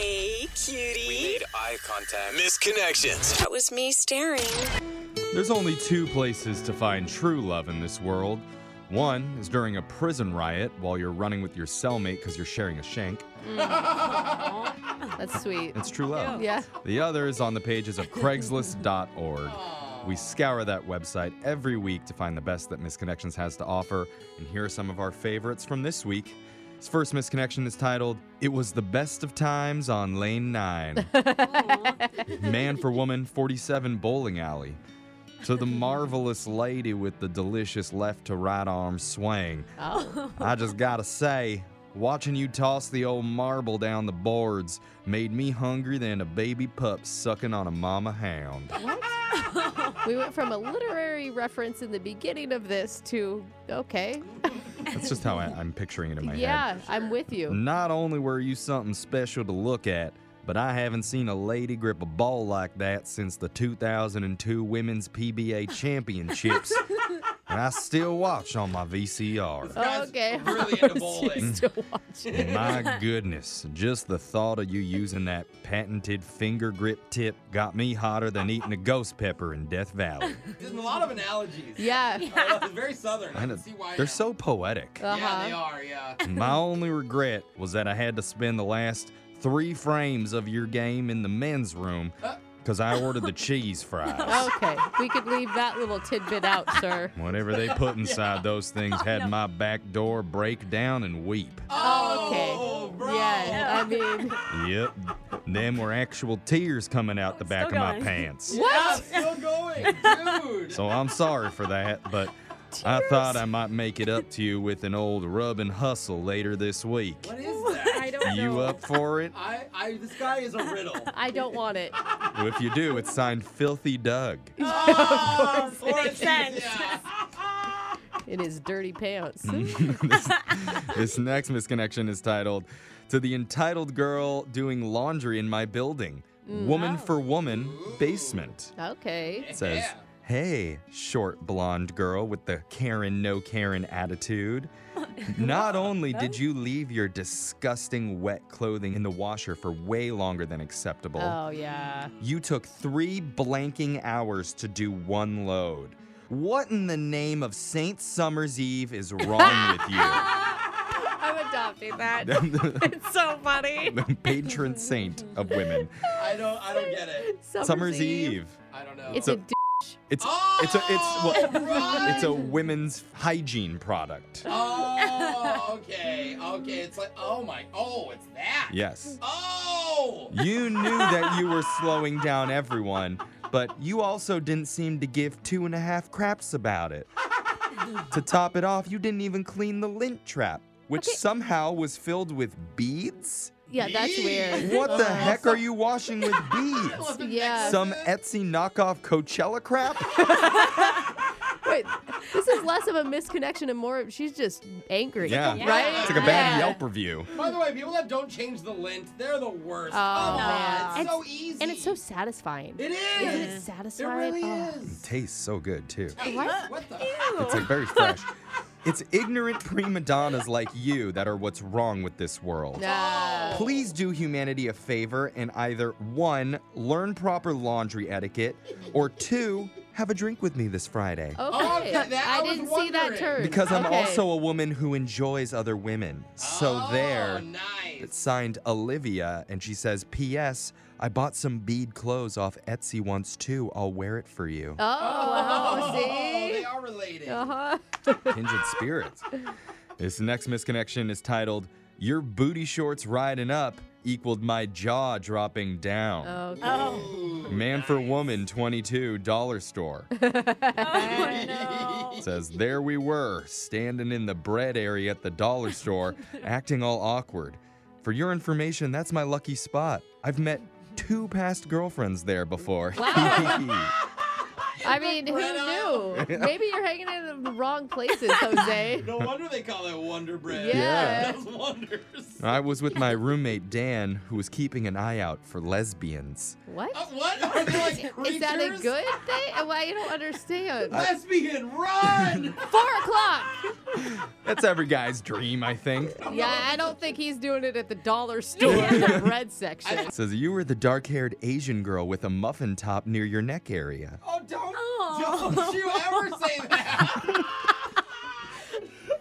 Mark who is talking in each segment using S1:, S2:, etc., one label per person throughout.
S1: cutie.
S2: Made eye contact. Misconnections.
S1: That was me staring.
S3: There's only two places to find true love in this world. One is during a prison riot while you're running with your cellmate because you're sharing a shank.
S4: That's sweet.
S3: It's true love.
S4: Yeah.
S3: The other is on the pages of Craigslist.org. We scour that website every week to find the best that Misconnections has to offer. And here are some of our favorites from this week. This first misconnection is titled, It Was the Best of Times on Lane 9. Man for Woman 47 Bowling Alley. To the marvelous lady with the delicious left to right arm swing.
S4: Oh.
S3: I just gotta say, watching you toss the old marble down the boards made me hungry than a baby pup sucking on a mama hound.
S4: We went from a literary reference in the beginning of this to, okay.
S3: That's just how I, I'm picturing it in my
S4: yeah,
S3: head.
S4: I'm with you.
S3: Not only were you something special to look at, but I haven't seen a lady grip a ball like that since the 2002 Women's PBA Championships. and I still watch on my VCR.
S5: Guys,
S4: okay.
S5: really into bowling.
S4: Still watching.
S3: My goodness, just the thought of you using that patented finger grip tip got me hotter than eating a ghost pepper in Death Valley.
S5: There's a lot of analogies.
S4: Yeah.
S5: I love it. very southern. I
S3: And
S5: can see why. Uh,
S3: they're
S5: now.
S3: so poetic.
S4: Uh-huh.
S5: Yeah, they are. Yeah.
S3: My only regret was that I had to spend the last three frames of your game in the men's room
S5: Uh.
S3: because I ordered the cheese
S5: Oh.
S3: fries.
S4: Okay, we could leave that little tidbit out, sir.
S3: Whatever they put inside those things had my back door break down and weep.
S4: okay.
S5: Oh, bro.
S4: Yeah, I mean,
S3: Yep. Them were actual tears coming out the back of
S1: Still
S3: my
S1: going.
S3: pants.
S5: Yeah, still going, dude.
S3: So I'm sorry for that, but I thought I might make it up to you with an old rub and hustle later this week.
S5: what is that?
S1: I don't
S3: You
S1: know.
S3: up for it?
S5: I, I, this guy is a riddle.
S4: I don't want it.
S3: Well, if you do, it's signed Filthy Doug.
S5: Oh, of course
S1: Makes
S5: he is,
S1: sense.
S5: yeah.
S4: In his dirty pants.
S3: Mm-hmm. this, this next misconnection is titled To the Entitled Girl Doing Laundry in My Building.
S1: Mm.
S3: Woman for Woman Basement.
S4: Okay.
S3: It says,
S5: Yeah.
S3: Hey, short blonde girl with the Karen no Karen attitude. Not only did you leave your disgusting wet clothing in the washer for way longer than acceptable,
S4: Oh yeah.
S3: you took three blanking hours to do one load. What in the name of Saint Summer's Eve is wrong with you?
S1: I'm adopting that. it's so funny.
S3: The patron saint of women.
S5: I don't, I don't get it.
S4: Summer's,
S3: Summer's Eve.
S5: I don't know.
S4: It's
S3: So-
S4: a d-
S3: It's
S5: oh,
S3: it's a it's well,
S5: right.
S3: it's a women's hygiene product.
S5: Oh, okay, okay. It's like, oh my, oh, it's that.
S3: Yes.
S5: Oh.
S3: You knew that you were slowing down everyone, but you also didn't seem to give two and a half craps about it. to top it off, you didn't even clean the lint trap, which somehow was filled with beads?
S4: yeah. That's weird.
S3: What the
S4: Uh,
S3: heck are you washing with beads?
S4: Yeah.
S3: Some Etsy knockoff Coachella crap?
S4: Wait, this is less of a misconnection and more. of- She's just angry.
S3: Yeah.
S4: Right.
S3: It's like a bad
S4: Yeah.
S3: Yelp review.
S5: By the way, people that don't change the lint, they're the worst.
S4: Oh,
S5: man,
S4: man.
S5: it's so easy.
S4: And it's so satisfying.
S5: It is.
S4: Isn't it
S5: It
S4: satisfying?
S5: really
S4: Oh.
S3: It
S5: is.
S3: tastes so good, too.
S5: What? What the?
S3: It's like very fresh. It's ignorant prima donnas like you that are what's wrong with this world.
S4: Nah.
S3: Please do humanity a favor and either one, learn proper laundry etiquette, or two, have a drink with me this Friday.
S5: Oh,
S4: Okay.
S5: okay, that- I
S4: I
S5: was
S4: didn't see that
S5: wondering.
S4: turn.
S3: Because I'm
S4: Okay.
S3: also a woman who enjoys other women. So
S5: oh,
S3: there, it's
S5: Nice.
S3: signed Olivia, and she says, P.S. I bought some bead clothes off Etsy once too. I'll wear it for you.
S4: Oh, wow,
S5: Oh, they
S4: see.
S5: are related.
S4: Uh huh.
S3: Kindred spirits. This next misconnection is titled, Your Booty Shorts Riding Up Equaled My Jaw Dropping Down.
S5: Oh.
S4: Okay.
S5: Ooh,
S3: Man for Woman 22 Dollar Store
S1: Oh, no.
S3: says, There we were, standing in the bread area at the dollar store, acting all awkward. For your information, that's my lucky spot. I've met two past girlfriends there before.
S4: I mean, who
S5: Brenna.
S4: knew? Maybe you're hanging out in the wrong places, Jose.
S5: No wonder they call it Wonder Bread.
S4: Yeah.
S5: Those wonders.
S3: I was with my roommate Dan, who was keeping an eye out for lesbians.
S4: What?
S5: Uh, what? Are they like creatures?
S4: Is that a good thing? Why I don't understand?
S5: Lesbian, run!
S4: Four o'clock.
S3: That's every guy's dream, I think.
S4: Yeah, I don't think he's doing it at the dollar store in the bread section.
S3: It says you were the dark-haired Asian girl with a muffin top near your neck area.
S5: Oh, don't,
S1: Oh.
S5: don't you ever say that.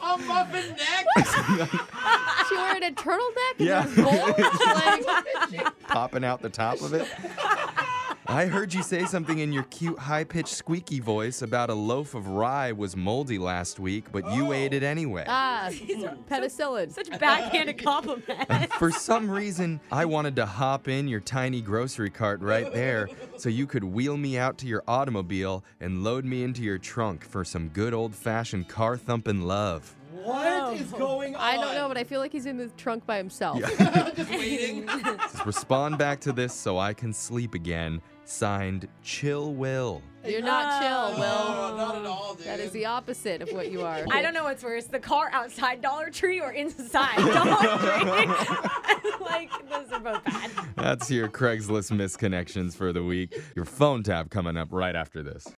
S5: a muffin neck?
S4: She wearing a turtleneck and
S3: Yeah.
S4: those bowls? Like,
S3: popping out the top of it. I heard you say something in your cute, high pitched, squeaky voice about a loaf of rye was moldy last week, but you
S5: Oh.
S3: ate it anyway.
S4: ah,
S1: These are
S4: penicillin.
S1: Such backhanded compliment.
S3: For some reason, I wanted to hop in your tiny grocery cart right there so you could wheel me out to your automobile and load me into your trunk for some good old fashioned car thumping love.
S5: What is going on?
S4: I don't know, but I feel like he's in the trunk by himself.
S5: Just waiting.
S3: Just respond back to this so I can sleep again. Signed, Chill Will.
S4: You're not chill, Will.
S5: No, not at all, dude.
S4: That is the opposite of what you are.
S1: I don't know what's worse, the car outside Dollar Tree or inside Dollar Tree. like, those are both bad.
S3: That's your Craigslist misconnections for the week. Your phone tab coming up right after this.